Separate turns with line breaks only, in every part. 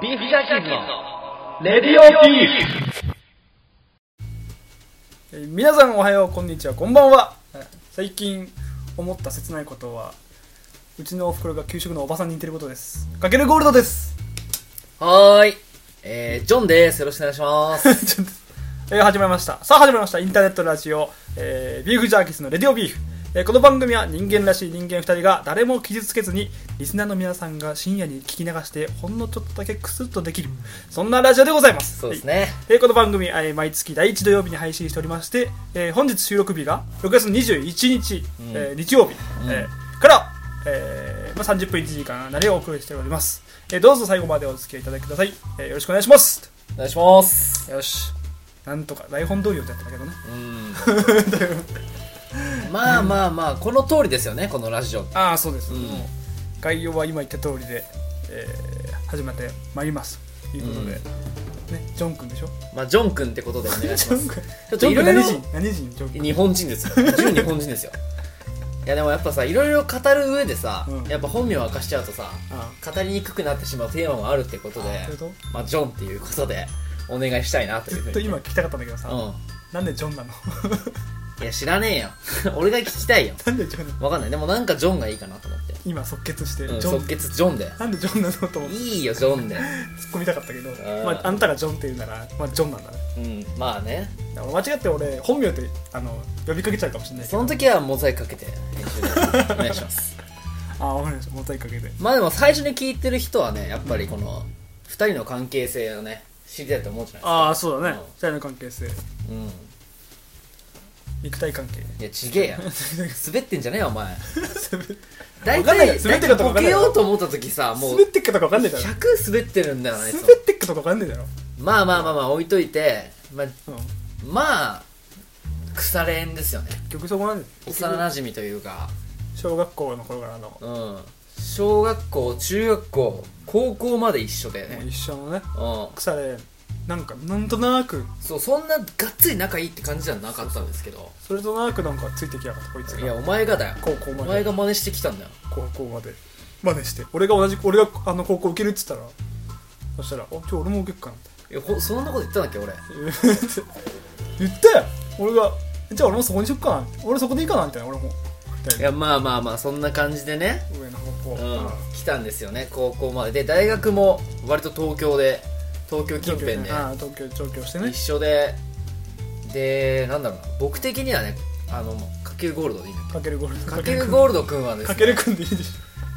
ビーフジャーキーズのレディオビーフ
えー皆さんおはようこんにちはこんばんはえー最近思った切ないことはうちのおふくろが給食のおばさんに似てることですかけるゴールドです
はーい。えー、ジョンです。よろしくお願いします。
ちょっとえー始まりましたさあ始まりましたインターネットラジオ、えービーフジャーキーズのレディオビーフ、えーこの番組は人間らしい人間2人が誰も傷つけずにリスナーの皆さんが深夜に聞き流してほんのちょっとだけクスッとできるそんなラジオでございます
そうですね。
えーこの番組、えー毎月第1土曜日に配信しておりまして、えー本日収録日が6月21日、えー日曜日、えーから、えーまあ、30分1時間なりをお送りしております、えーどうぞ最後までお付き合いいただきください、えーよろしくお願いします
お願いします。
よしなんとか台本通りをやったんだけどね
うん。まあまあまあ、この通りですよね、このラジオ。
ああそうです、
うん
もう概要は今言った通りで、えー始まってまいりますということで、ねジョン君でしょ
まあ、ジョン君ってことでお願いします。
君
ちょっ
ジ
と
ョン
いろ
君
いろ
何、人何人ジョン君
日本人ですよ。純日本人ですよ。いや、でもやっぱさ、いろいろ語る上でさ、
うん
やっぱ本名を明かしちゃうとさ、
あ
語りにくくなってしまうテーマもあるってことで
あそういうこ、
まあ、ジョンっていうことで、お願いしたいなと
ー
いうふう
ず
に。
っと今聞きたかったんだけどさ、
う
なんでジョンなの
ん。いや、知らねえよ。俺 が聞きたいよ。
なんでジョンなの
わかんない。でもなんかジョンがいいかなと思って。
今即決してる、
うん、
ジョン
即決ジョンで。
なんでジョンなのと思って
いいよ、ジョンで。
突っ込みたかったけど
ー
まあ、あんたがジョンって言うなら、まあ、ジョンなんだね
うん、まあね。
だから間違って俺本名ってあの呼びかけちゃうかもしれないけ
そ
ど
の時はモザイクかけて、編集でお願いし ます。
あわかりましたもう一回かけて
まあでも最初に聞いてる人はね、やっぱりこの、二人の関係性をね、知りたいと思うじゃない
ああそうだね
うん
二人の関係性
うん。
肉体関係
いや、ちげえや。滑ってんじゃねえよ、お前。大
わかんないよ
体、
滑
大
ってる
体
かど
ボ
うかわかんない
ケ
よ
ようと思った時さ、もう
滑、ってっかとか分かんねえだろ
100滑ってるんだよね、いつも
滑ってっかとか分かんねえだろ、
まあまあまあまあ、置いといて、まあ、
うん、
まあ、腐れ縁ですよね。
曲そこなんで
幼馴染というか。
小学校の頃からの、も
うん小学校中学校高校まで一緒だよ
う
ね
一緒のね
うん
腐れなんかなんとなく
そうそんながっつり仲いいって感じじゃなかったんですけど
それとなくなんかついてきやがったこいつ
いや
が
お前がだよ
高校ま
お
で
前が真似してきたんだよ
高校まで真似して俺が同じ俺があの高校受けるっつったらそしたら「お今日俺も受けっかな」って
いやほそんなこと言ったんだっけ俺
言ったよ 俺が「じゃあ俺もそこにしよっかな」俺そこでいいかなみたいな俺も
いやまあまあまあそんな感じでね
上の方
う
向、
ん
うん
来たんですよね高校までで大学も割と東京で東京近辺で
ああ東京上京してね
一緒ででなんだろうな僕的にはねあのかけるゴールドでいいんだっ
かけるゴールド
けかけるゴールドくんはです
か
ね
けるくんでいいでし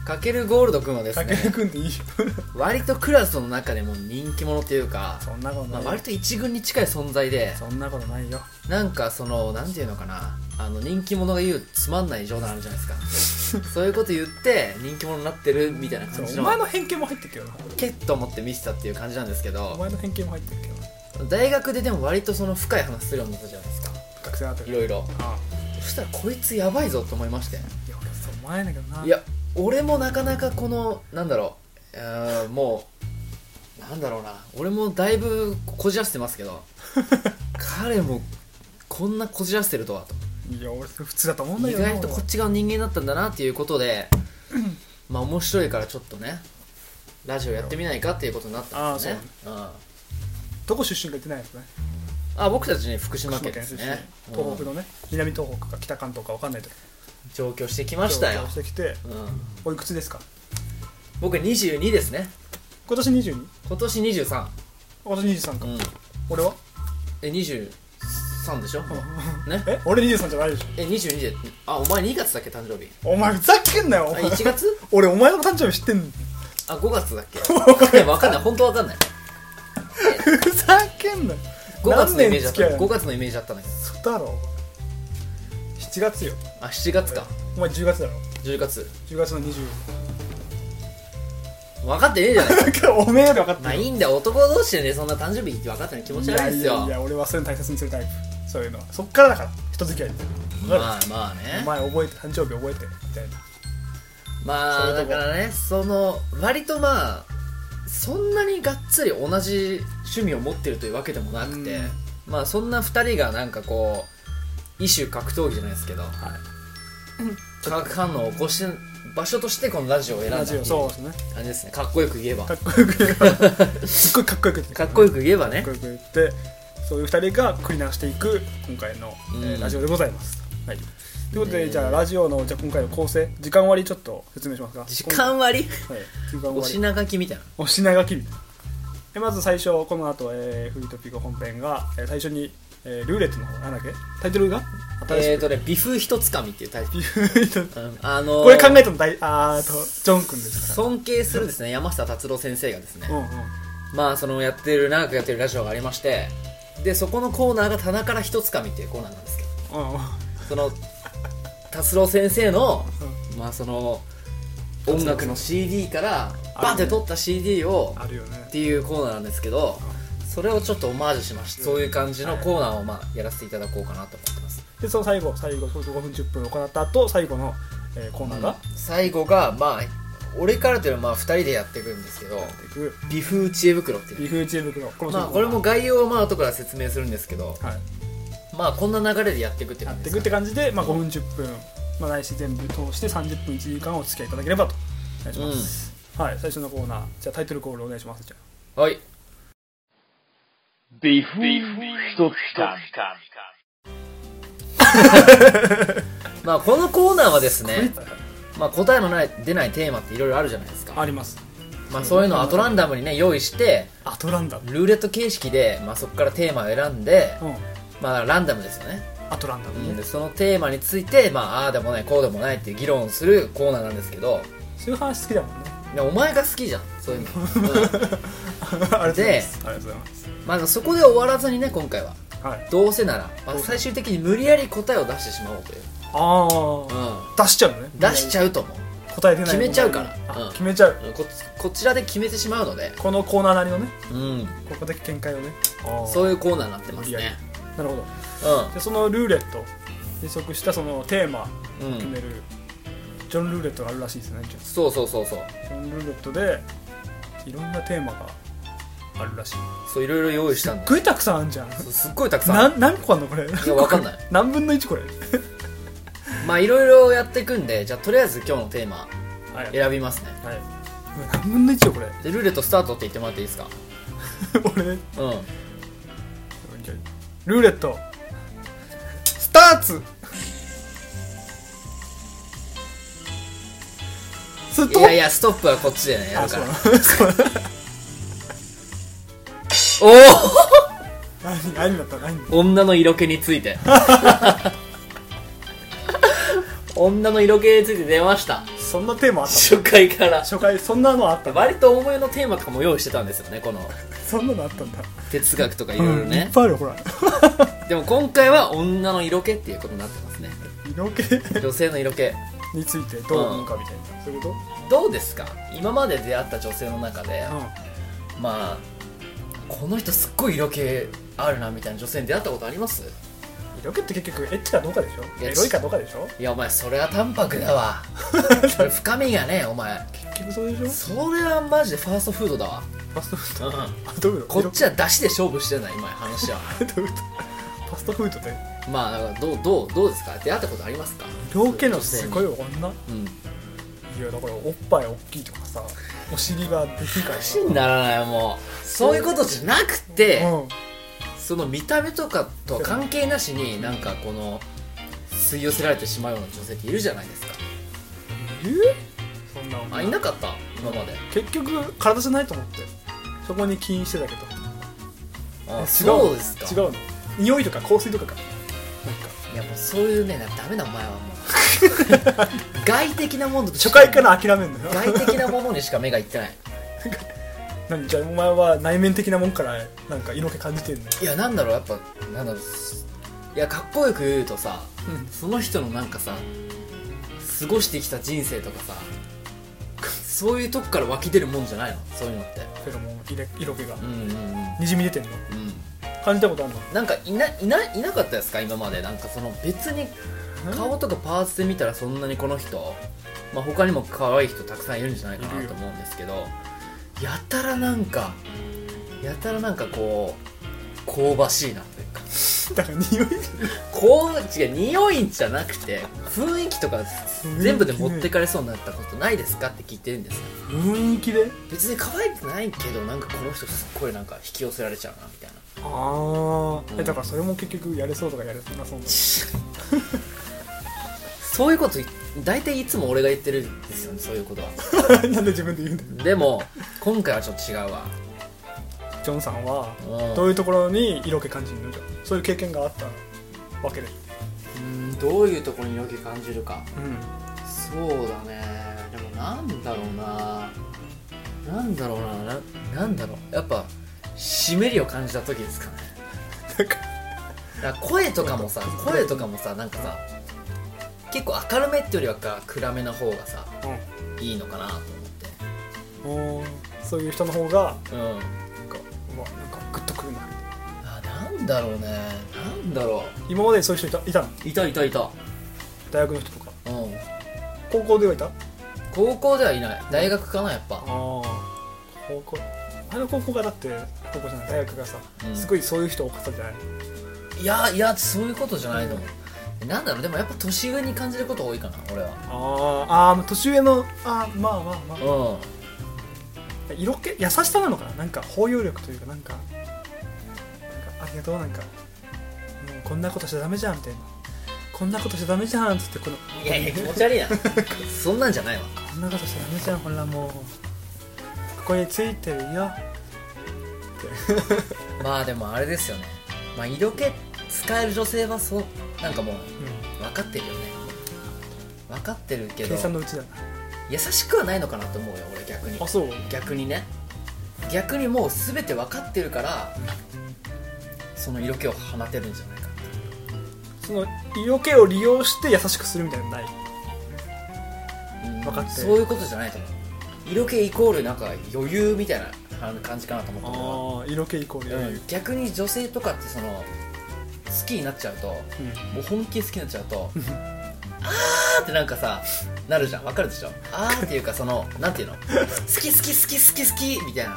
かけるゴールドくんはで
ょ
す
か
ね
けるくんでいいよ
割とクラスの中でも人気者というか、
そんなこと
ま
な
あ、
いよ、
割と一軍に近い存在で
そんなことないよ
なんかそのなんていうのかなあの人気者が言うつまんない冗談あるじゃない ですかそういうこと言って人気者になってるみたいな
そ
感
う
じ
お
の
前の偏見も入ってるけどな
ケッと思って見せたっていう感じなんですけ
お
ど
前の偏見も入ってるけどな
大学ででも割とその深い話するようになったじゃないですか
学生だった
い
けど
ろいろ
ああ
そしたらこいつやばいぞと思いまして
いや俺そうお前だけどない
や俺もなかなかこのなんだろううーんもうなんだろうな俺もだいぶこじらせてますけ ど彼もこんなこじらせてるとはと
いや俺普通だと思うんだ
意
けどな
外とこ
俺
っち側の人間だったんだなっていうこと でまあ面白いからちょっとねラジオやってみないかっていうことになったんですねあ
どこ出身か言ってないですね
あ僕たちね福島県ですね
福島県出身東北
うん
のね南東北か北関東か分かんないと
上京してきましたよ
上京、してきて
うん、
おいくつですか
僕22ですね
今年 22?
今年23、
今年23か、
うん、
俺は、
え23でしょ、ね
え俺23じゃないでしょ
え22であお前2月だっけ誕生日
お前ふざけんなよお
あ
前
1月
俺お前の誕生日知ってんの
あ5月だっけ分かんない分かんない本当わかんない
ふざけんなよ
5月のイメージだ
付
っ
き合
た
いな
5
の
月のイメージだったんだけど
そうだろお前7月よ
あ7月か
お前10月だろ
10月
10月の20
分かってねえじゃない
おめえより分かって
まあ
る
いいんだよ男同士でねそんな誕生日分かってない気持ち悪いですよ
いやいや俺はそういうの大切にするタイプそういうのはそっからだから人付き合いってわか
まあまあ
るお
ね
前覚えて誕生日覚えてみたいな
ま
そ
あ
ういう
だ
とこ
からねその割とまあそんなにがっつり同じ趣味を持ってるというわけでもなくて、
うん
まあそんな2人がなんかこう異種格闘技じゃないですけど、
はい
化学反応を起こして場所としてこのラジオを選んだ
ラ
って
ジ
いう
オそうですね
感じですねかっこよく言えば
かっこよく言えばすっごいかっこよく言って
かっこよ
か
く言えば
っ
ね
こよく言ってそういう2人が繰り流していく今回の、えー
うん
ラジオでございます、はい、ということで、
ねえ
じゃあラジオのじゃあ今回の構成時間割りちょっと説明しますか
時間割
はい、時間
お
割り
品書きみたいな
お品書きみたいなでまず最初この後、えー、フリートピコ本編が、えー最初に、えールーレットの方なんだっけタイトルが新し
え
い、
ーとね「微風一つかみ」っていうタイプ
ビフリート
うんあのー
これ考えたの大あーとジョン君ですか
尊敬するですね山下達郎先生がですね
ら、うんうん、
まあそのやってる長くやってるラジオがありましてでそこのコーナーが「棚から一つかみ」っていうコーナーなんですけど
うんうん
その達郎先生の
う
まあその音楽の CD からバンって取った CD を
あるよ
っ
ね
ていうコーナーなんですけどそれをちょっとオマージュしましてそういう感じのコーナーをまあやらせていただこうかなと思ってます
でその最後最後5分10分行った後最後の、えーコーナーが、
最後がまあ俺からというのはまあ2人でやっていくんですけど
やっていく
微風知恵袋ってい
ビ
う
フチームのこの
まあこれも概要はまあ後から説明するんですけど
はい、
まあこんな流れでやっていくって
や
感
っ
じ
て
です
いくって
か
感じで、まあ、5分10分、まあ、来週全部通して30分1時間お付き合いいただければとお願いします、はい最初のコーナーじゃあタイトルコールお願いしますじゃあ
はい
ビフ一つか
まあこのコーナーはですね
こ
まあ答えのない出ないテーマっていろいろあるじゃないですか
あります
まあそういうのをアトランダムにね用意して
アトランダム
ルーレット形式で、まあ、そこからテーマを選んで、
うん
まあ、ランダムですよね、
アトランダ
う
ム
ん
ね
でそのテーマについて、まあ、ああでもないこうでもないっていう議論をするコーナーなんですけど
そういう話好きだもんね
いやお前が好きじゃんそういうの、うん
ありがとうございますありがとうございます
まあ、そこで終わらずにね今回は
はい
どうせなら、まあ
どうせ
最終的に無理やり答えを出してしまおうという、
ああ
う
出しちゃうのね
ん、出しちゃうと思う
ゃ答え出ない
決めちゃうから
あ
うん
決めちゃう
うんここちらで決めてしまうので、
このコーナーなりのね
うん、
ここで見解をねああ
そういうコーナーになってます
無理や
ね
なるほど
う
でそのルーレットに即したそのテーマ
ん、う
決
ん、
める、ジョン・ルーレットがあるらしいですねジョン
そうそうそうそう
ジョン・ルーレットでいろんなテーマがあるらしい
そういろいろ用意したんだ
すっごいたくさんあるじゃん
そうすっごいたくさんある
な何個あんのこれ
いやわかんない
何分の1これ
まあいろいろやっていくんでじゃあとりあえず今日のテーマ
はい、はい、
選びますね
何分の1よこれ
でルーレットスタートって言ってもらっていいですか
俺
うん
ルーレットスターツスト
いやいやストップはこっちでねや
あ
るから
そうそう
お
何何だった何
お 女の色気について 女の色気について出ました
そんなテーマあった
初回から
初回そんなのあった
割と重めのテーマとかも用意してたんですよねこの
そんなのあったんだ
哲学とかいろいろ
うんいっ
ね
ぱいあるよほら
でも今回は女の色気っていうことになってますね
色気
女性の色気
についてどう思うかみたいな、そういうこ
どうですか今まで出会った女性の中で、
と、
まあこの人すっごい色気あるなみたいな女性に出会ったことあります
色気って結局エッチかどうかでしょ
いや
エロいかどうかでしょ
いやお前それは淡白だ わそれ深みがねお前
結局そうでしょ
それはマジでファーストフードだわ、
ファストフード
うん、
あどういうこと
こっちは出汁で勝負してんだ今話 は
色気どういうことファストフードで
まあだからどうどうどうですか出会ったことありますか
色気のすごい
女
女
性にうん
いやだからおっぱい大きいとかさお尻ができいから
話にならないよもうそういうことじゃなくて、
うん
その見た目とかとは関係なしになんかこの吸い寄せられてしまうような女性っているじゃないですか
えそんな女
あいなかった今まで
結局体じゃないと思ってそこに起因してたけど
あ
違
そうですか
違うの匂いとか香水とかかなんか
いやもうそういうねダメだお前はもう 外的なものと
初回から諦めんのよ
外的なものにしか目がいってない
何じゃあお前は内面的なもんからなんか色気感じてんのよ
いやなんだろうやっぱなんだろういやかっこよく言うとさその人のなんかさ過ごしてきた人生とかさそういうとこから湧き出るもんじゃないのそういうのって
フェロモン入れ色気が
うんうん
にじみ出てんの
うんうん
感じたことあるの
なんかいないないなかったですか今までなんかその別に顔とかパーツで見たらそんなにこの人、まあ、他にも可愛い人たくさんいるんじゃないか
いる
な
よ
と思うんですけどやたらなんかやたらなんかこう香ばしいなというか
だから匂い
こう違う匂いじゃなくて雰囲気とか全部で持ってかれそうになったことないですかって聞いてるんですよ
雰囲気で
別に可愛くないけどなんかこの人すっごいなんか引き寄せられちゃうなみたいな
ああ、えだからそれも結局やれそうとかやれそうなそ んな
そういうことい大体いつも俺が言ってるんですよねそういうことは
なんで自分で言うんだよ
でも今回はちょっと違うわ
ジョンさんは
うん
どういうところに色気感じるのじゃあそういう経験があったわけで
うんどういうところに余計感じるか
う
そ
ん
うだねでもなんだろうななんだろうなななんだろうやっぱ湿りを感じた時ですかね
なんか
だから声とかもさ声とかもさなんかさ結構明るめってよりはか暗めな方がさいいのかなと思
うんうんそういう人の方が
ってうん
なんかうわなんかグッとくるな
あなんだろうねなんだろ
今までそういう人いたいたの
ういたいたいた
大学の人とか
うん
高校ではいたあ
高校ではいない大学かなやっぱ
あ高校あの高校がだって高校じゃない大学がさ、
うん
すごいそういう人多かったじゃない
いやいやそういうことじゃないと思うなんだろうでもやっぱ年上に感じること多いかな俺は
あああー年上のあーまあまあまあ
うん
色気優しさなのかななんか包容力というかなんかなんかありがとうなんかもうこんなことしちゃダメじゃんみたいなこんなことしちゃダメじゃんっつってこの
いやいや気持ち悪いな そんなんじゃないわ
こんなことしちゃダメじゃんほらもうここについてるよ
まあでもあれですよねまあ色気使える女性はそうなんかもう
うん
分かってるよね分かってるけど
計算のうちだな
優しくはないのかなと思うよ俺逆に
あそう
逆にね逆にもう全て分かってるからその色気を放てるんじゃないか
その色気を利用して優しくするみたいなのない
うん
分かってる
そういうことじゃないと思う色気イコールなんか余裕みたいなあの感じかなと思ったけど
ああ色気イコール、
うん逆に女性とかってその好きになっちゃうと
うん
もう本気で好きになっちゃう とあーってなんかさなるじゃんわかるでしょあーっていうかそのなんていうの好き好き好き好き好きみたいな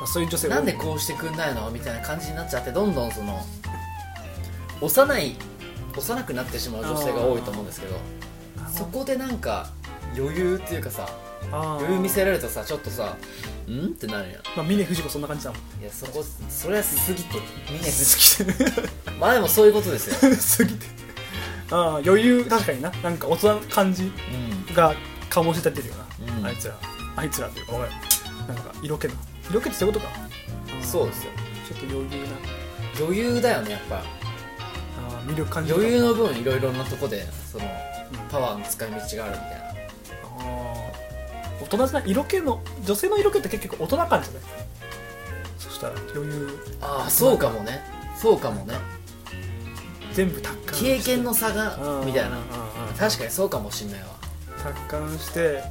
まあ、そういう女性多い
なんでこうしてくんないのみたいな感じになっちゃってどんどんその幼い幼くなってしまう女性が多いと思うんですけど
あー
そこでなんか余裕っていうかさ
あー
余裕見せられるとさちょっとさんってなるやん
まあ峰不二子そんな感じだもん
いやそこそれは過ぎてみんな過
過ぎて る
ぎまあでもそういうことですよ、
過ぎてるああ余裕確かにななんか大人の感じ
うん、
が醸し立てるよな、
うん
あいつらあいつらっていうかおいなんか色気な色気ってそういうことか
そうですよ
ちょっと余裕な
余裕だよねやっぱ
ああ魅力感じる
余裕の分いろいろなとこでその
うん
パワーの使い道があるみたいな
あー大人じゃない色気の女性の色気って結局大人感じゃないそしたら余裕
ああそうかもねそうかもね
全部達観して
経験の差が
うん
みたい
うん
な
うん
確かにそうかもしんないわ
達観して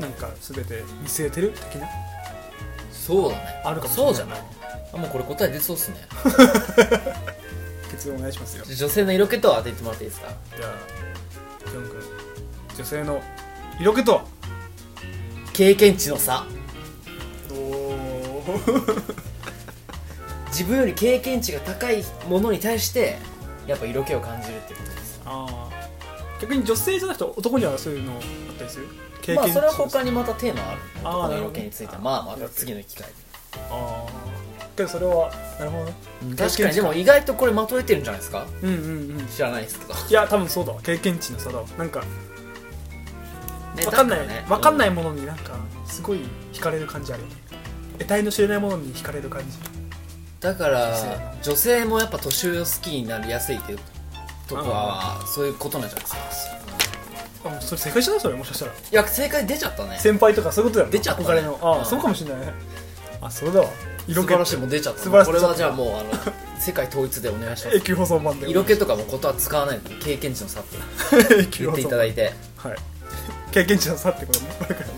なんか全て見据えてる的な
そうだね
あるかもしれな
そ
いう
じゃないあもうこれ答え出そうっすね
結論お願いしますよ
女性の色気とは当ててもらっていいですか
じゃあジョン君女性の色気とは
経験値の差
おお
自分より経験値が高いものに対してやっぱ色気を感じるってことです
あー逆に女性じゃなくて男にはそういうのあったりする経
まあそれは
値
他にまたテーマある
あー
男の色気について
な
は
るほど
まあまた次の機会
あーけどそれはなるほどね
で
経験
確
値
かにでも意外とこれまとえてるんじゃないですか
うんうんうん
知らないですけど
いや多分そうだわ経験値の差だわなんか
ね
分かんな
だ
い、
らね
分かんないうものになんかすごい惹かれる感じあるよね得体の知れないものに惹かれる感じ
だから女性もやっぱ年上を好きになりやすいっていうとこはそういうことなんじゃないですか
あもうそれ正解じゃないそれもしかしたら
いや正解出ちゃったね
先輩とかそういうことだよね
出ちゃったね
憧れのああ、
うん
そうかもしれないねあそうだわ色
素
気
晴らしいもん出ちゃった
素晴らしい
これはじゃあもうあ の世界統一でお願いしま
永
す
久保存版で
色気とかもことは使わないの経験値の差って
永久
言
保
ってい
存
ただいて、
はい経験値の差ってことねこれから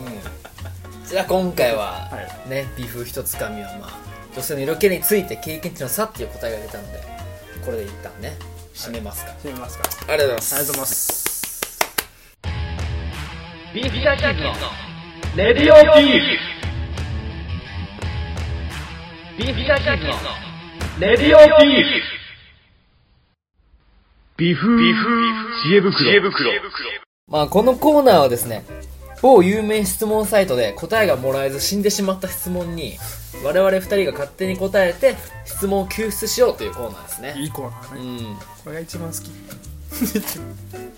うん、じゃあ今回は
は
ね微風一つかみはまあ女性の色気について経験値の差っていう答えが出たのでこれで一旦ね締めますか、
締めますかあ
ありがとうございます
りがとうございます
ビーフジャーキーズのレディオビーフビーフジャーキーズのレディオビーフ微風、知恵袋。
まあ、このコーナーはですね、某有名質問サイトで答えがもらえず死んでしまった質問に、我々二人が勝手に答えて、質問を救出しようというコーナーですね。
いいコーナー
う
ね。
ん。
これが一番好き。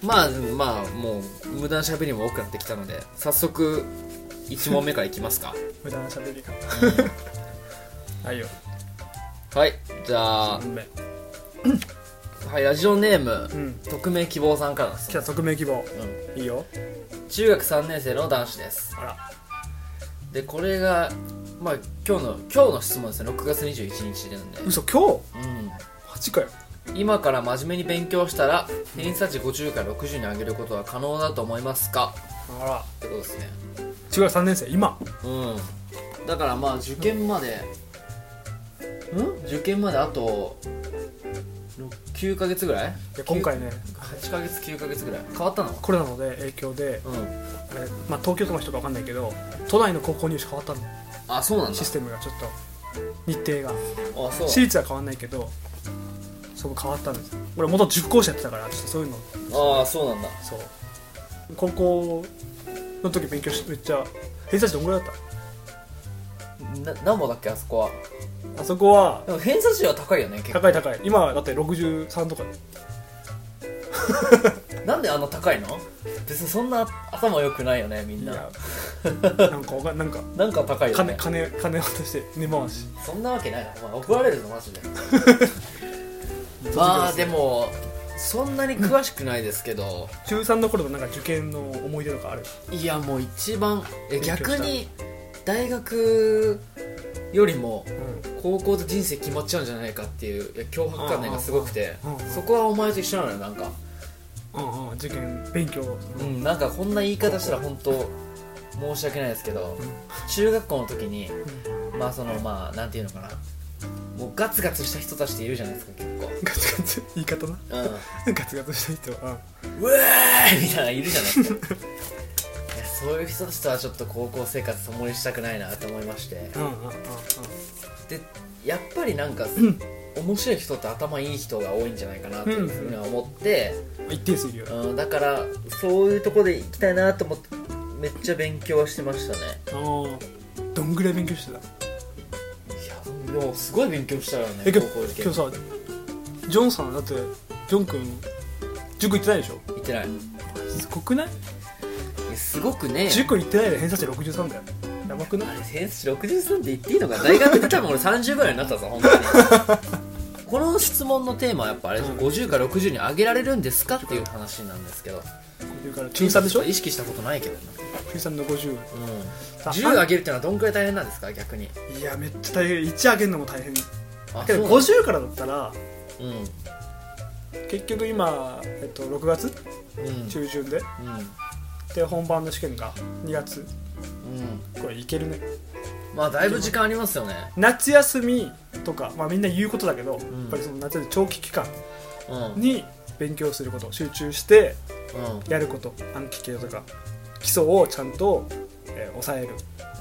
まあ、まあ、もう、無駄な喋りも多くなってきたので、早速、1問目からいきますか。
無駄な喋りが。はいよ。
はい。じゃあ、
運命
はい、ラジオネーム、
うん。
匿名希望さんからです
来た匿名希望。
う
いいよ。
ん中学3年生の男子です
あら。
でこれがまあ今日の今日の質問ですね6月21日でなんで、
嘘、今
う
日 ?8 かよ。
ん、今から真面目に勉強したら偏差値50から60に上げることは可能だと思いますか
あら。
ってことですね
中学3年生、今。
うんだからまあ受験までうん受験まであとろく9ヶ月ぐらい
いや今回ね、
8ヶ月9ヶ月ぐらい変わったの
コロナの、ね、影響で、
うん
あれまあ、東京都の人か分かんないけど、都内の高校入試変わったの。
あそうなんだ
システムがちょっと、日程が。
あそう
私立は変わんないけど、そこ変わったんですよ。俺、元塾講師やってたから、ちょっとそういうの、
ああそうなんだ
そう。高校の時勉強して、めっちゃ、偏差値どんぐらいだ
な
っ
何本だっけあそこは
たあそこは、
でも偏差値は高いよね結構
高い高い。今はだって63とかで。
なんであんな高いの別にそんな頭良くないよねみん
い
な
や、なんかわかん、なんか、
なんか高いよ
金、
ね
金、金渡して、根回し。
そんなわけないなお前怒られるぞマジでまあでもそんなに詳しくないですけど
中3の頃のなんか受験の思い出とかある
いやもう一番え
勉強した
逆に大学よりも
う
高校で人生決まっちゃうんじゃないかっていういや脅迫観念がすごくて
うんうんうん
そこはお前と一緒なのよなんか
んうんうん受験勉強
うん、なんかこんな言い方したら本当申し訳ないですけど、中学校の時に、まあそのまあなんていうのかなもうガツガツした人たちっているじゃないですか結
ガツガツ 言い方な
構、うん、
ガツガツした人は
うわーいみたいなのいるじゃないですかいやそういう人たちとはちょっと高校生活共にしたくないなと思いまして
うんうんうんうん
でやっぱりなんか、
ん
面白い人って頭いい人が多いんじゃないかなというふうには思って、
うん一定数いるよあ
うん、だからそういうとこで行きたいなと思ってめっちゃ勉強してましたね
あどんぐらい勉強してた
いやもうすごい勉強したよね
え今
高
日
校受験
今日さジョンさんだってジョン君塾行ってないでしょ
行ってない
すごくない
えすごくね
塾行ってないで偏差値63だよやばくない
あれ先生63って言っていいのか大学で多分俺30ぐらいになったぞ本当にこの質問のテーマはやっぱあれ、
うん
50から60に上げられるんですかっていう話なんですけど
50から中3でしょ中
意識したことないけどな、
3の50
うん、
さ
10上げるってのはどんくらい大変なんですか逆に
いやめっちゃ大変1上げるのも大変
あ
け
そう
ど
なの
50からだったら
うんうん
結局今、えっと、6月中旬でで本番の試験が2月
うんうん
これいけるね
まあだいぶ時間ありますよね
夏休みとか、まあ、みんな言うことだけど、
ん
やっぱりその夏休み長期期間
うんうん
に勉強すること集中してやること暗記系とか基礎をちゃんと、えー抑える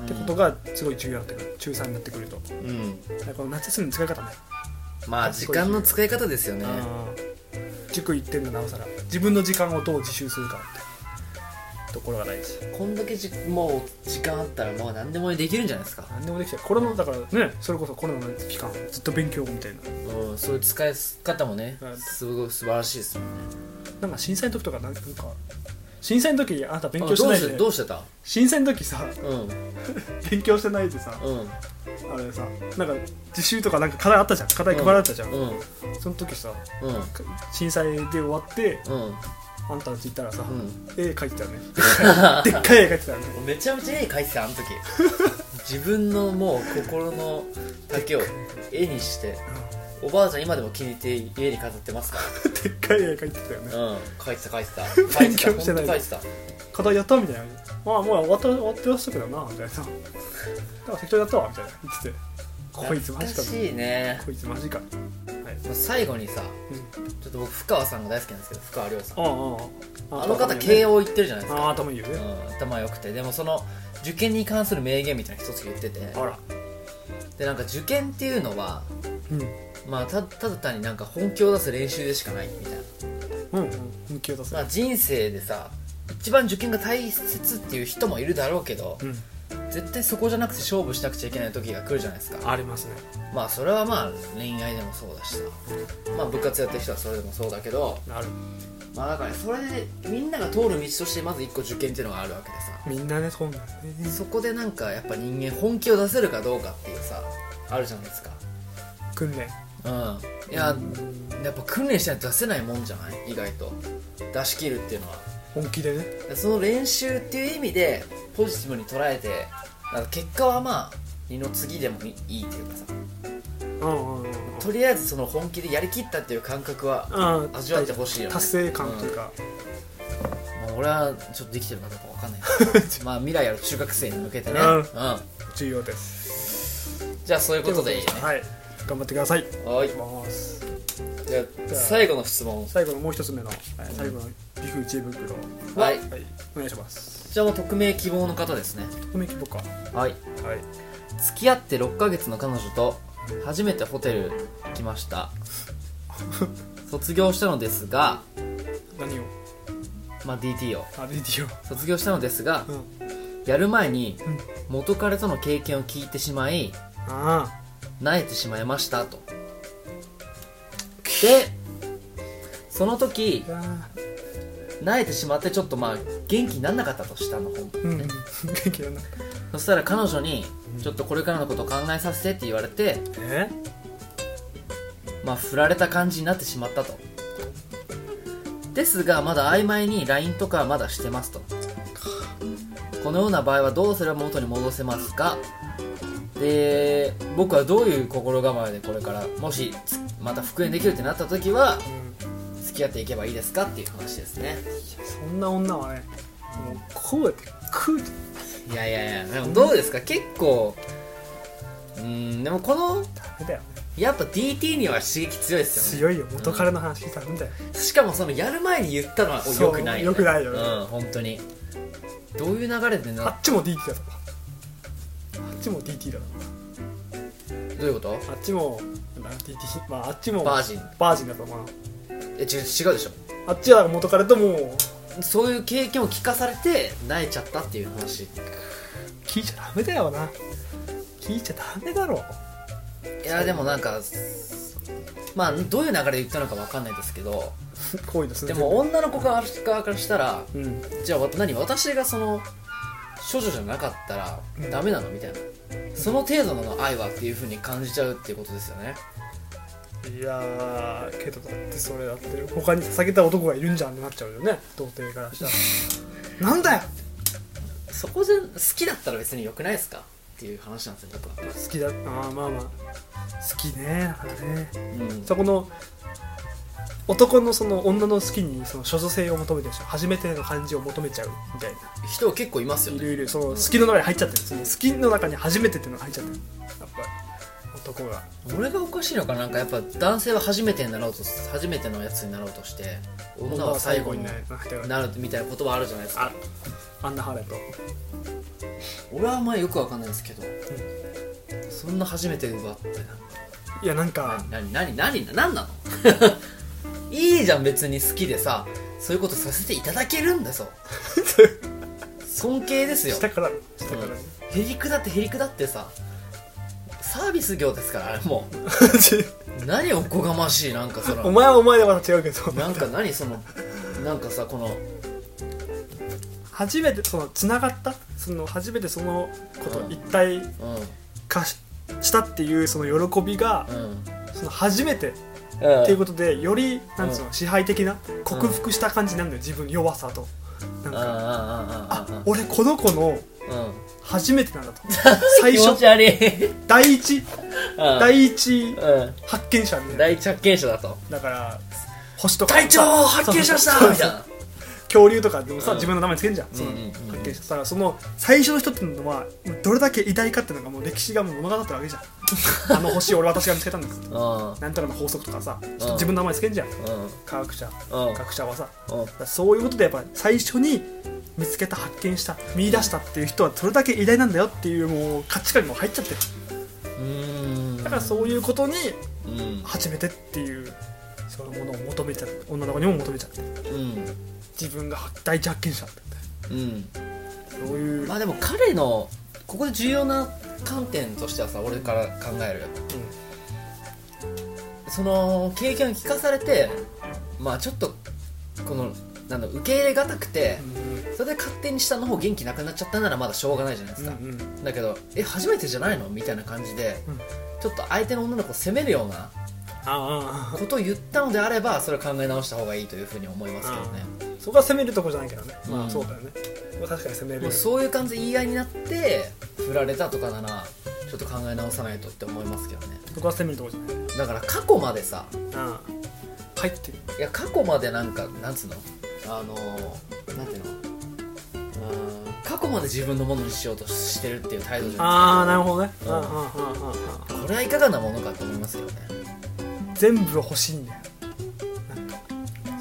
ってことがすごい重要になってくる中3になってくるとだ
うん
からこの夏休みの使い方ね
まあ時間の使い方ですよね
うん塾行ってんのなおさら自分の時間をどう自習するかってところが大事
こんだけじもう時間あったらもう何でもできるんじゃないですか、
何でもできちゃうコロナだからねそれこそコロナの期間ずっと勉強みたいな
うん、そういう使い方もね
うん
すごい素晴らしいですよね
なんか震災の時とかなんか震災の時あなた勉
あ
強してな
どう
い
し
で
てどうしてた
震災の時さ
うん
勉強してないでさ
うん
あれさなんか自習とかなんか課題あったじゃん課題配られたじゃん、
うん
その時さ
うん
震災で終わって
うん
あんたの家行ったらさ、
ん
絵描いてたよね でっかい絵描いてたよね
めちゃめちゃ絵描いてたあの 時自分のもう心の丈を絵にしておばあちゃん今でも気に入って家に飾ってますか
でっかい絵描いてたよね
らうん描いてた描いてた描いてた
勉強して
本
ない
当描いてた
課題やったみたいなまあもう終わった終わってらっしゃるけどなみたいなだから適当にやったわみたいな言っててこいつマジか
懐しいね
こいつマジか
最後にさ
うん
ちょっと僕深川さんが大好きなんですけど深川亮さん
ああああ
あの方慶
応
応行ってるじゃないですか
ああ頭いいよね
うん頭良くてでもその受験に関する名言みたいなの一つ言ってて
あら
でなんか受験っていうのは、
うん
まあ、たただ単になんか本気を出す練習でしかないみたいな
うんうん本気を出せ
ま
る
あ、人生でさ一番受験が大切っていう人もいるだろうけど、
うん
絶対そこじゃなくて勝負しなくちゃいけない時が来るじゃないですか
ありますね
まあそれはまあ恋愛でもそうだしさ、まあ、部活やってる人はそれでもそうだけど
ある
まあだからねそれでみんなが通る道としてまず一個受験っていうのがあるわけでさ
みんなねそうなんですね
そこでなんかやっぱ人間本気を出せるかどうかっていうさあるじゃないですか
訓練
うんいややっぱ訓練しないと出せないもんじゃない意外と出し切るっていうのは
本気でね
その練習っていう意味でポジティブに捉えてなんか結果はまあ二の次でもいいいっていうかさ
うんうんうん
とりあえずその本気でやりきったっていう感覚は
うん
味わってほしいよね
達成感というか、
もう俺はちょっとできてるかどうかわかんないまあ未来ある中学生に向けてね、
うん
うん、
重要です
じゃあそういうことでいいね
はい頑張ってください
はい
ます
じゃあ最後の質問
最後のもう一つ目の、はい最後のビフ知恵袋は、
はい
お願いします
じゃあもう匿名希望の方ですね
匿名希望かは
はい
い
付き合って6ヶ月の彼女と初めてホテル来ました 卒業したのですが、
何を
まあ、DT を
RDT を
卒業したのですが
うん
やる前に
ん
元彼との経験を聞いてしまい
あ
萎えてしまいましたとでその時
ああ
萎えてしまってちょっとまあ元気にならなかったとしたの本当
う
に
ん
ね、
元気だな
そしたら彼女にちょっとこれからのことを考えさせてって言われて
え
まあ振られた感じになってしまったとですがまだ曖昧に LINE とかはまだしてますとこのような場合はどうすれば元に戻せますかで僕はどういう心構えでこれからもしつまた復縁できるってなった時は
うん
付き合っていけばいいですかっていう話ですね
そんな女はねもうこうやって食うと
いやいやいやでもどうですか結構うーんでもこの
ダメだよね
やっぱ DT には刺激強いですよね
強いよ元彼の話聞いたらなんだよ
しかもそのやる前に言ったのは
そう
よくない
良くないよね
うん本当にどういう流れで
あ
な
っちも DT だぞあっちも DT だぞ
どういうこと
あっちもなんだ DT まああっちも
バージン
バージンだとま
え違う違うでしょ
ああっちは元彼ともう
そういう経験を聞かされて泣いちゃったっていう話い
聞いちゃダメだよな聞いちゃダメだろ
やでもなんかまあどういう流れで言ったのかわかんないですけど
恋のす
でも女の子側からしたら
うん
じゃあわ何私がその処女じゃなかったら
うん
ダメなのみたいなその程度の愛はっていうふうに感じちゃうっていうことですよね
いやーけどだってそれだって他に捧げた男がいるんじゃんってなっちゃうよね童貞からした らなんだよ
そこで好きだったら別に良くないですかっていう話なんですよ僕は
好きだあーまあまあ好きねあれね
うん
そこの男のその女の好きにその所属性を求めてるし初めての感じを求めちゃうみたいな
人結構いますよ
い
ね
るいるその好きの中に入っちゃってるその好きの中に初めてっていうのが入っちゃってるやっぱり男が
俺がおかしいのかななんかやっぱ男性は初めてになろうと初めてのやつになろうとして女は最後に
女は最後にね
なるみたいなことはあるじゃないですか
あアンナ・ハレと
俺はあんまりよくわかんないですけど、そんな初めて奪って
いやなんか
な何何何何何なの いいじゃん別に好きでさそういうことさせていただけるんだ ぞ尊敬ですよ
下から下からね、
へりくだってへりくだってさサービス業ですからあれもう何おこがましいなんかそ
お
の
前はお前でまた違うけど
なんか何そのなんかさこの
初めてそのつながったその初めてそのこと
う
を
ん
一体
うん
化ししたっていうその喜びが
うん
その初めてっていうことでよりなんつうの支配的な克服した感じになるのよ自分の弱さとなん
うんうんうんうん
か
うん
あ俺この子の
うんうん
初めてなんだ と
気
最
持
初
ち 悪い
第一
第
第一
うん
発見者みたいな
第一発見者だと
だから星とか
隊長発見しましたみたいな
恐竜とかでもさ、
うん
自分の名前つけんじゃん、その
うんうんうん
発見したらその最初の人っていうのはどれだけ偉大かっていうのがもう歴史がもう物語ってるわけじ ゃんあの星を俺私が見つけたんです
うん
なんとかの法則とかさ自分の名前つけんじゃん科学者
うんうん
学者はさだか
うん
らそういうことでやっぱり最初に見つけた発見した見出したっていう人はどれだけ偉大なんだよっていうもう価値観にも入っちゃってる
うーん
だからそういうことに
うん
初めてっていうそういうものを求めちゃって女の子にも求めちゃって
うん
自分が第一発見者だっ
うん
てそういう、
まあでも彼のここで重要な観点としてはさ俺から考えるよその経験を聞かされてまあちょっとこのなんだろう受け入れがたくてそれで勝手に下の方元気なくなっちゃったならまだしょうがないじゃないですか、
うんうんうん
だけどえ初めてじゃないのみたいな感じで、
うん
ちょっと相手の女の子を責めるような
ああ
ことを言ったのであればそれを考え直した方がいいというふうに思いますけどね、
そこは攻めるとこじゃないけどね、ま
う
あ
ん
そうだよね確かに攻める
もうそういう感じで言い合いになって振られたとかならちょっと考え直さないとって思いますけどね
そこは攻めるとこじゃない
だから過去までさ
ああ入ってる
いや過去までなんかなんつうのあのーなんていうのうーん過去まで自分のものにしようとしてるっていう態度じゃ
ああ
な
なるほどね、
う
うんん、うんうんうんうん
いですかこれはいかがなものかと思いますよね
全部欲しいんだよなんか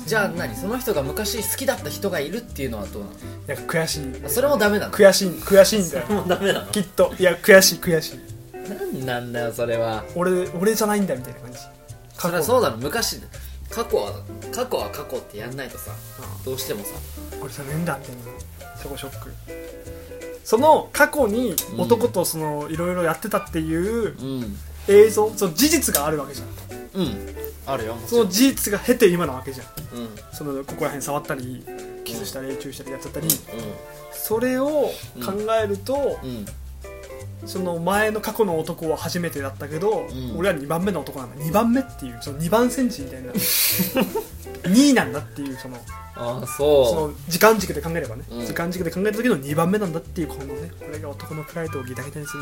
じゃあ何その人が昔好きだった人がいるっていうのはどうなの
いや悔しい
あそれもダメなの
悔しい悔しいんだよ
もう ダメな
きっといや悔しい悔しい
のなんなんだよそれは
俺俺じゃないんだみたいな感じ
それ
去
はそうだろ昔過去は過去は過去ってやんないとさどうしてもさ
俺じゃないんだっていうのそこショックその過去に男とそのいろいろやってたっていう
うん
映像その事実があるわけじゃん
うんあるよもち
そ
ろん
の事実が経て今なわけじゃん
うんうん
そのここら辺触ったりキスしたりチューしたりやっちゃったり
う
それを考えると、
ん
その前の過去の男は初めてだったけど、
うん
俺は2番目の男なんだ2番目っていうその2番センチみたいな2位なんだっていうその
ああ
そ
そ
の時間軸で考えればね、
うん
時間軸で考えた時の2番目なんだっていうこのねこれが男のプライドをギタギタにす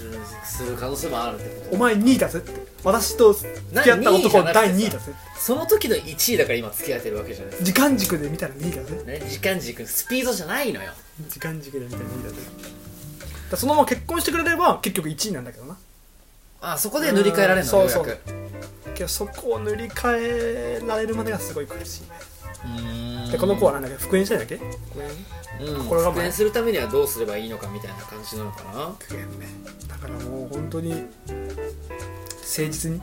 るん
う
です
するする可能性もあるってこと
お前2位だぜって私と付き合った男は第2位だぜ
その時の1位だから今付き合ってるわけじゃないです
時間軸で見たら2位だぜ
ね時間軸スピードじゃないのよ
時間軸で見たら2位だぜだからそのまま結婚してくれれば結局1位なんだけどな
ああそこで塗り替えられるの
うん
ようや
そう
く
そうけどそこを塗り替えられるまでがすごい苦しいね
うーん
でこの子はなんだっけ復縁したいんだっけ復縁
うん
心構え
復縁するためにはどうすればいいのかみたいな感じなのかな
復縁ねだからもう本当に誠実に
う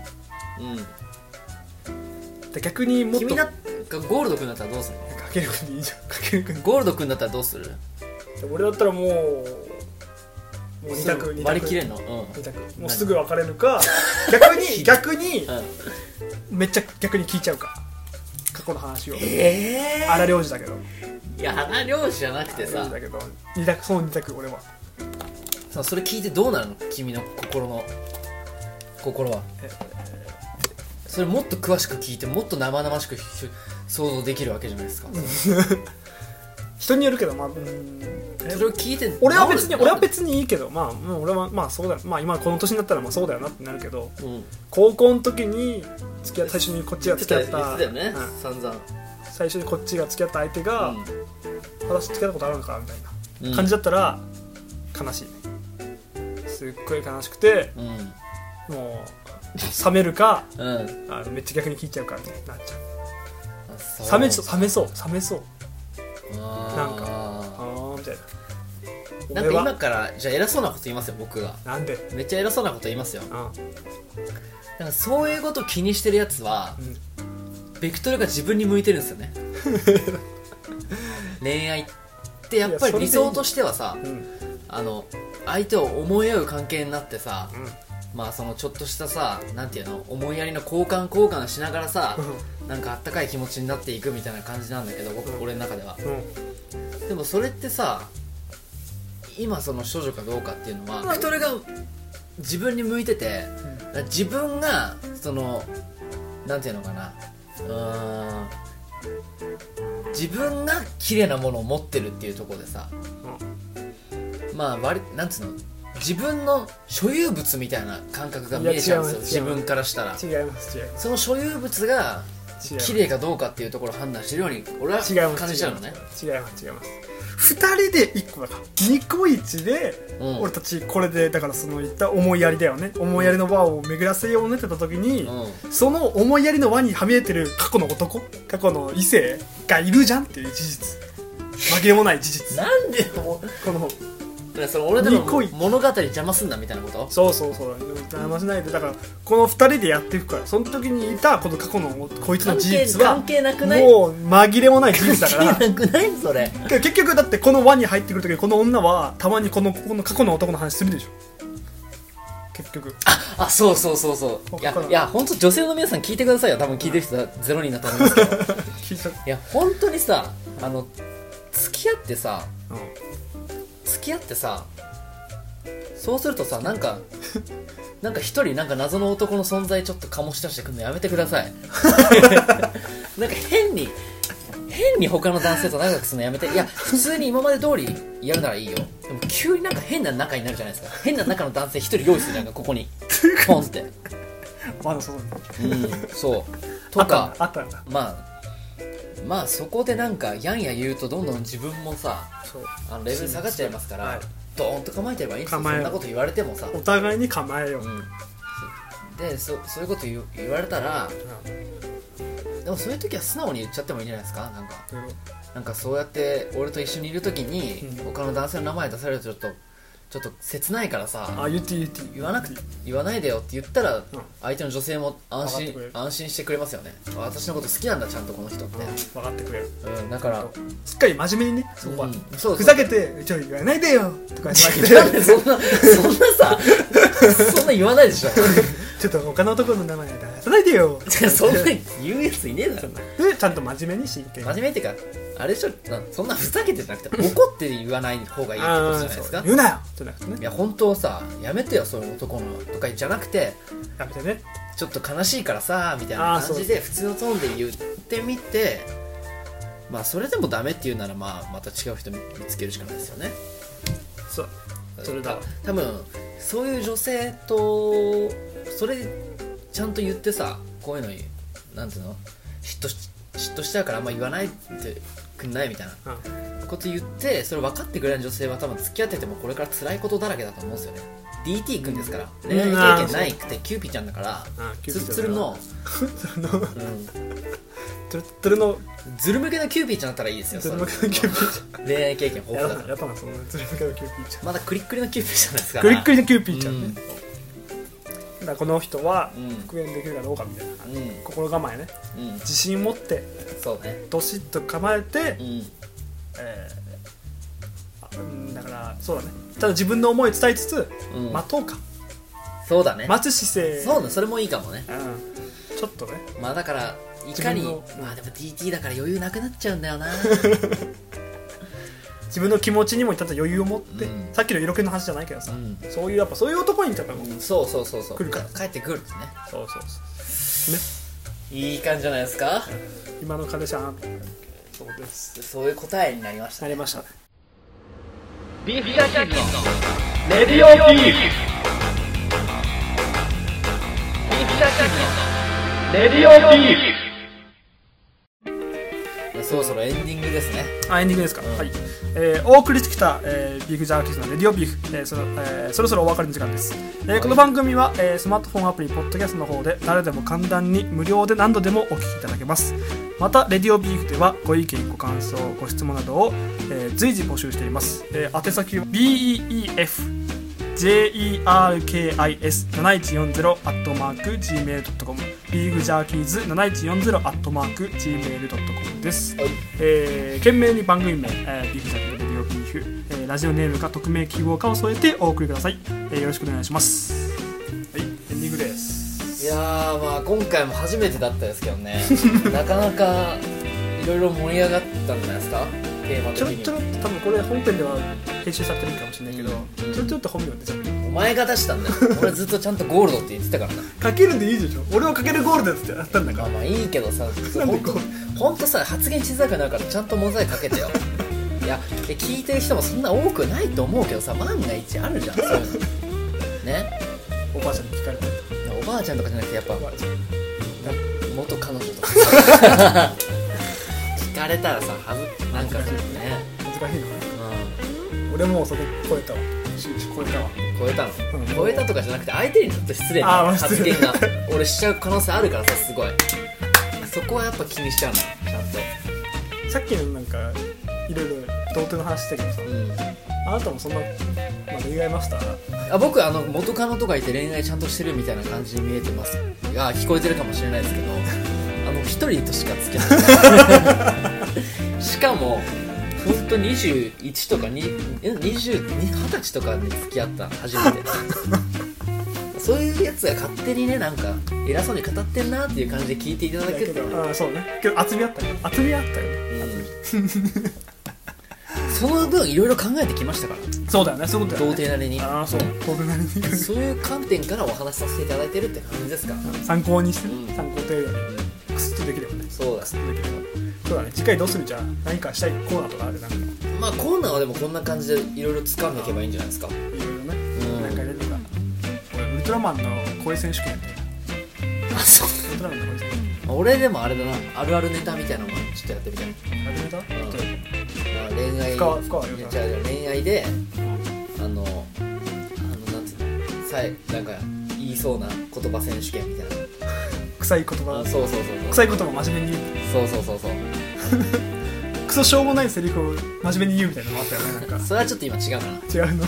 で逆にも
ん
っと
君
な
だ
ん
っ
か
ゴールド君だったらどうする
かけるくんでいいじゃんかけるくん
ゴールド君だったらどうする
俺だったらもうもう2
す
択
ぐ
二択
割り切れんのうん、うん
二択もうすぐ別れるか逆に 逆にめっちゃ逆に聞いちゃうか過去の話を
ええ
荒領事だけど
いや花漁師じゃなくて
荒領
さ
事だけど二択その二択俺は
さそれ聞いてどうなるの君の心の心は
え
それもっと詳しく聞いてもっと生々しくひ想像できるわけじゃないですか
人によるけどまあうん
それを聞いて
俺は別に
なる
俺は別にいいけどまあもう俺はまあそうだまあ今この年になったらまあそうだよなってなるけど
うん
高校の時に付き合った最初にこっちが付き合った
言ってたよね
うん
散々
最初にこっちが付き合った相手が、私付き合ったことあるのかみたいな、
うん
感じだったら悲しいねすっごい悲しくて
うんうん
もう冷めるか
うん
あめっちゃ逆に聞いちゃうからみたいになっちゃ
あそう
う冷めそう冷めそう冷めそうなん
あ
ああみたい
ーな
な
ん
俺
か
は
今からじゃあ偉そうなこと言いますよ僕が
なんで
めっちゃ偉そうなこと言いますよ
うん
なんかそういうこと気にしてるやつは
うん
ベクトルが自分に向いてるんですよ ね恋愛ってやっぱり理想としてはさ
うん
あの相手を思い合う関係になってさ、
うん
まあそのちょっとしたさなんていうの思いやりの交換交換しながらさ
う
なんかあったかい気持ちになっていくみたいな感じなんだけど僕、
うん
俺の中では
うん
でもそれってさ今その処女かどうかっていうのはベクトルが自分に向いてて自分がそのなんていうのかなうーん自分が綺麗なものを持ってるっていうところでさ、まあ割りなんつうの自分の所有物みたいな感覚が見えちゃうんですよ
いや違う違
自
う
分からしたら
違います違います
その所有物が
違います
綺麗かどうかっていうところを判断してるように俺
違い
は
ます
感じちゃうのね
違います違います2人で1個だから2個1で、
うん
俺たちこれでだからその言った思いやりだよね思いやりの輪を巡らせようねってた時に、
う
その思いやりの輪にはみ出てる過去の男過去の異性がいるじゃんっていう事実紛れもない事
ん
実
なんでも
この
だからその俺らの
憎い
物語邪魔すんなみたいなこと
そうそうそう邪しないでだからこの2人でやっていくからその時にいたこの過去のこいつの
関
事
係
実は
関
も
係な
う
くない
紛れもない事
関
実だから
係なくないそれ
けど結局だってこの輪に入ってくる時にこの女はたまにこのこの過去の男の話するでしょ結局
あそうそうそうそういやいや本当女性の皆さん聞いてくださいよ多分聞いてる人はゼロ人だと思うんですけど
聞いた
いや本当にさあの付き合ってさ
うん
付き合ってさそうするとさなんか なんか一人なんか謎の男の存在ちょっと醸し出してくるのやめてください なんか変に変に他の男性と長くするのやめていや普通に今まで通りやるならいいよでも急になんか変な仲になるじゃないですか変な仲の男性一人用意するじゃんかここにポンって
まだそうなんだ
うんそうとか
あったんだあっ
まあまあそこでなんかやんや言うとどんどん自分もさ
たんだそう
あのレベル下がっちゃいますから、
はい
ドーンと構えてればいいんですよそ
構える
んなこと言われてもさ、
お互いに構えよう、
うん、でそそういうこと言う言われたらでもそういう時は素直に言っちゃってもいいんじゃないですかなんかなんかそうやって俺と一緒にいる時に、
うん
他の男性の名前出されるとちょっとちょっと切ないからさ
あ言っていい言っていい
言わなく言わないでよって言ったら相手の女性も安
わかって
心
くれる
安心してくれますよねあ私のこと好きなんだちゃんとこの人って、
分かってくれる
うん、だから
しっかり真面目にねそこは、
うんそうそう
ふざけて「ちょ言わないでよ」とか言われて
なんでそんなそんなさそんな言わないでしょ
ちょっと他の男の名前出さないでよ。
いや そんな言うやついねえだろ
で、ちゃんと真面目に真剣に。
真面目っていうかあれでしょなそんなふざけてじゃなくて怒って言わない方がいいってことじゃないです
あーそう
か
言うなよじゃなくてね
い。や本当さやめてよそういう男のとかじゃなくて
やめてね。
ちょっと悲しいからさみたいな感じで普通のトーンで言ってみてまあそれでもダメっていうならまあまた違う人見つけるしかないですよね
そう。それだわ
多分そういう女性とそれちゃんと言ってさこういうのなんていうの嫉妬し嫉妬しちゃうからあんま言わないってくんないみたいな
うん。
こと言ってそれ分かってくれない女性は多分付き合っててもこれから辛いことだらけだと思うんですよね DT 君ですから恋愛経験ないくてキューピーちゃんだから
あキュ
ツ
ーピー
ル
ちゃんだから
ツルの、
その、
うん
トゥルットゥルの、
ズル向けのキューピーちゃんだったらいいですよ
ズル向け
そ
の
れ
キューピー
恋愛経験豊
ち
富だ
ゃん。やだ
か
な、
ら
やだな、そのズル向けのキューピーちゃん。
まだクリックリのキューピーちゃんですから
クリックリのキューピーちゃんね。
うん
だからこの人は
うん、
復元できるかどうかみたいな。
う
心構えね。
んうん
自信持って、
そうね
どしっと構えて
う、ん
えーあうんだから、そうだね。ただ自分の思いを伝えつつ、
うん
待とうか。
そうだね
待つ姿勢。
そうねそれもいいかもね
うん。ちょっとね。
まあだからいかに
自分の
まあでも DT だから余裕なくなっちゃうんだよな
自分の気持ちにもちゃんと余裕を持って、
うん
さっきの色気の話じゃないけどさ、
うん
そういうやっぱそういう男にやっぱこう
うん そうそうそうそう
来るから
帰ってくるんですね
そうそうそ
いい感じじゃないですか
う今の彼氏はそうです
そういう答えになりました
なりましたね
ビーフジャーキーズのレディオビーフビーフジャーキーズのレディオビーフ
そろそろエンディングですね
あエンディングですか、はい、えーお送りしてきた、えービーフジャーキーズのレディオビーフ、えーそのえーそろそろお別れの時間です、えーこの番組は、えースマートフォンアプリポッドキャストの方で誰でも簡単に無料で何度でもお聞きいただけますまたレディオビーフではご意見ご感想ご質問などを、えー随時募集しています、えー宛先は BEEF jerkis7140-gmail.com ビーフジャーキーズ 7140-gmail.com です、
はい
えー、懸命に番組名、えー、ビーフジャーキーズレディオビーフ、えーラジオネームか匿名希望かを添えてお送りください、えーよろしくお願いしますはいエンディングです
いやーまあ今回も初めてだったですけど ねなかなかいろいろ盛り上がったんじゃないですかテーマ
ち
的
ょろ
に
ちょろっと多分これ本編では編集されてるかもしれないけど、
うん
ちょろちょろっと本名出ちゃった
お前が出したんだよ俺ずっとちゃんとゴールドって言ってたからな
かけるでいいでしょ俺をかけるゴールドってやったんだ
ま
か
あ
ら
まあいいけどさ
なんで
本
こ
当本当さ発言しづらくなるからちゃんとモザイクかけてよいやで聞いてる人もそんな多くないと思うけどさ万が一あるじゃんそういうのね
おばあちゃんに聞かれた
おばあちゃんとかじゃなくてやっぱ
おばあちゃん
元彼女とか 聞かれたらさはずなんかね
難しいのかな
う
俺もうそこ超えたわ終始超えたわ
ん超えたの、
うん
超えたとかじゃなくて相手にちょっと失礼な
あーまあ
発
失礼
言が俺しちゃう可能性あるからさすごいそこはやっぱ気にしちゃうのちゃんと
さっきのなんかいろいろ童貞の話したけどさ
うん
あなたもそんな恋愛マスター
あ僕あの元カノとかいて恋愛ちゃんとしてるみたいな感じに見えてますが聞こえてるかもしれないですけどあの一人としか付き合って ないしかも本当21とかにえ20 20歳とかに付き合った初め てそういうやつが勝手にねなんか偉そうに語ってんなっていう感じで聞いていただ
だ
け
け
ると
どあそうねけど厚みあったね厚みあったよね
その分いろいろ考えてきました から
そうだよねそういうことだ
童貞
よね
なりに
ああそう童貞なりに
そういう観点からお話しさせていただいてるって感じですか、
参考にしてね、
うん
参考程度にクスッとできればね
そうだ
クスッとできればそうだね次回どうするじゃあ何かしたいコーナーとかあるなんかい
まあコーナーはでもこんな感じでいろいろ掴んでいけばいいんじゃないですか
ろいろね、
うん
なんかやるとか俺ウルトラマンの声選手権やって
あそう
ウルトラマンの声選手権
俺でもあれだなあるあるネタみたいなのもちょっとやってみたい
始めた
ん
ちょっと
まあ恋愛
深は深はよくない
じゃあ恋愛であのあのなんていうのさえなんか言いそうな言葉選手権みたい
臭い言
なあ
葉
そうそうそうそ
臭
う
い言葉真面目に言う
そうそうそうそう
クソしょうもないセリフを真面目に言うみたいなのもあったよねなんか
それはちょっと今違うかな
違うの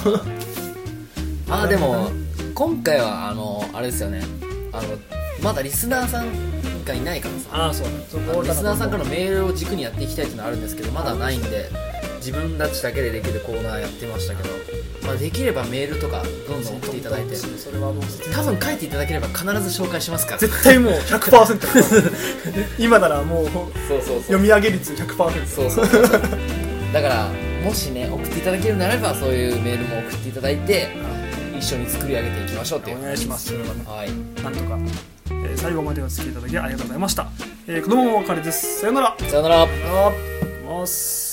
あーでも今回はあのあれですよねあのまだリスナーさんがいないからさ
ああそうねそ
あのリスナーさんからのメールを軸にやっていきたいっていうのはあるんですけどまだないんで自分たちだけでできるコーナーやってましたけど、まあ、できればメールとかどんどん送っていただいて
それはもう絶対
多分書いていただければ必ず紹介しますから
絶対もう100% 今ならもう
そうそう
読み上げ率100%
そうそうそうそうだからもしね送っていただけるならばそういうメールも送っていただいて一緒に作り上げていきましょうっていう
お願いしますそれはね
はい
なんとか、えー最後までお付き合いいただきありがとうございました、えー、このままお別れですさよなら
さよなら
ありがとうございます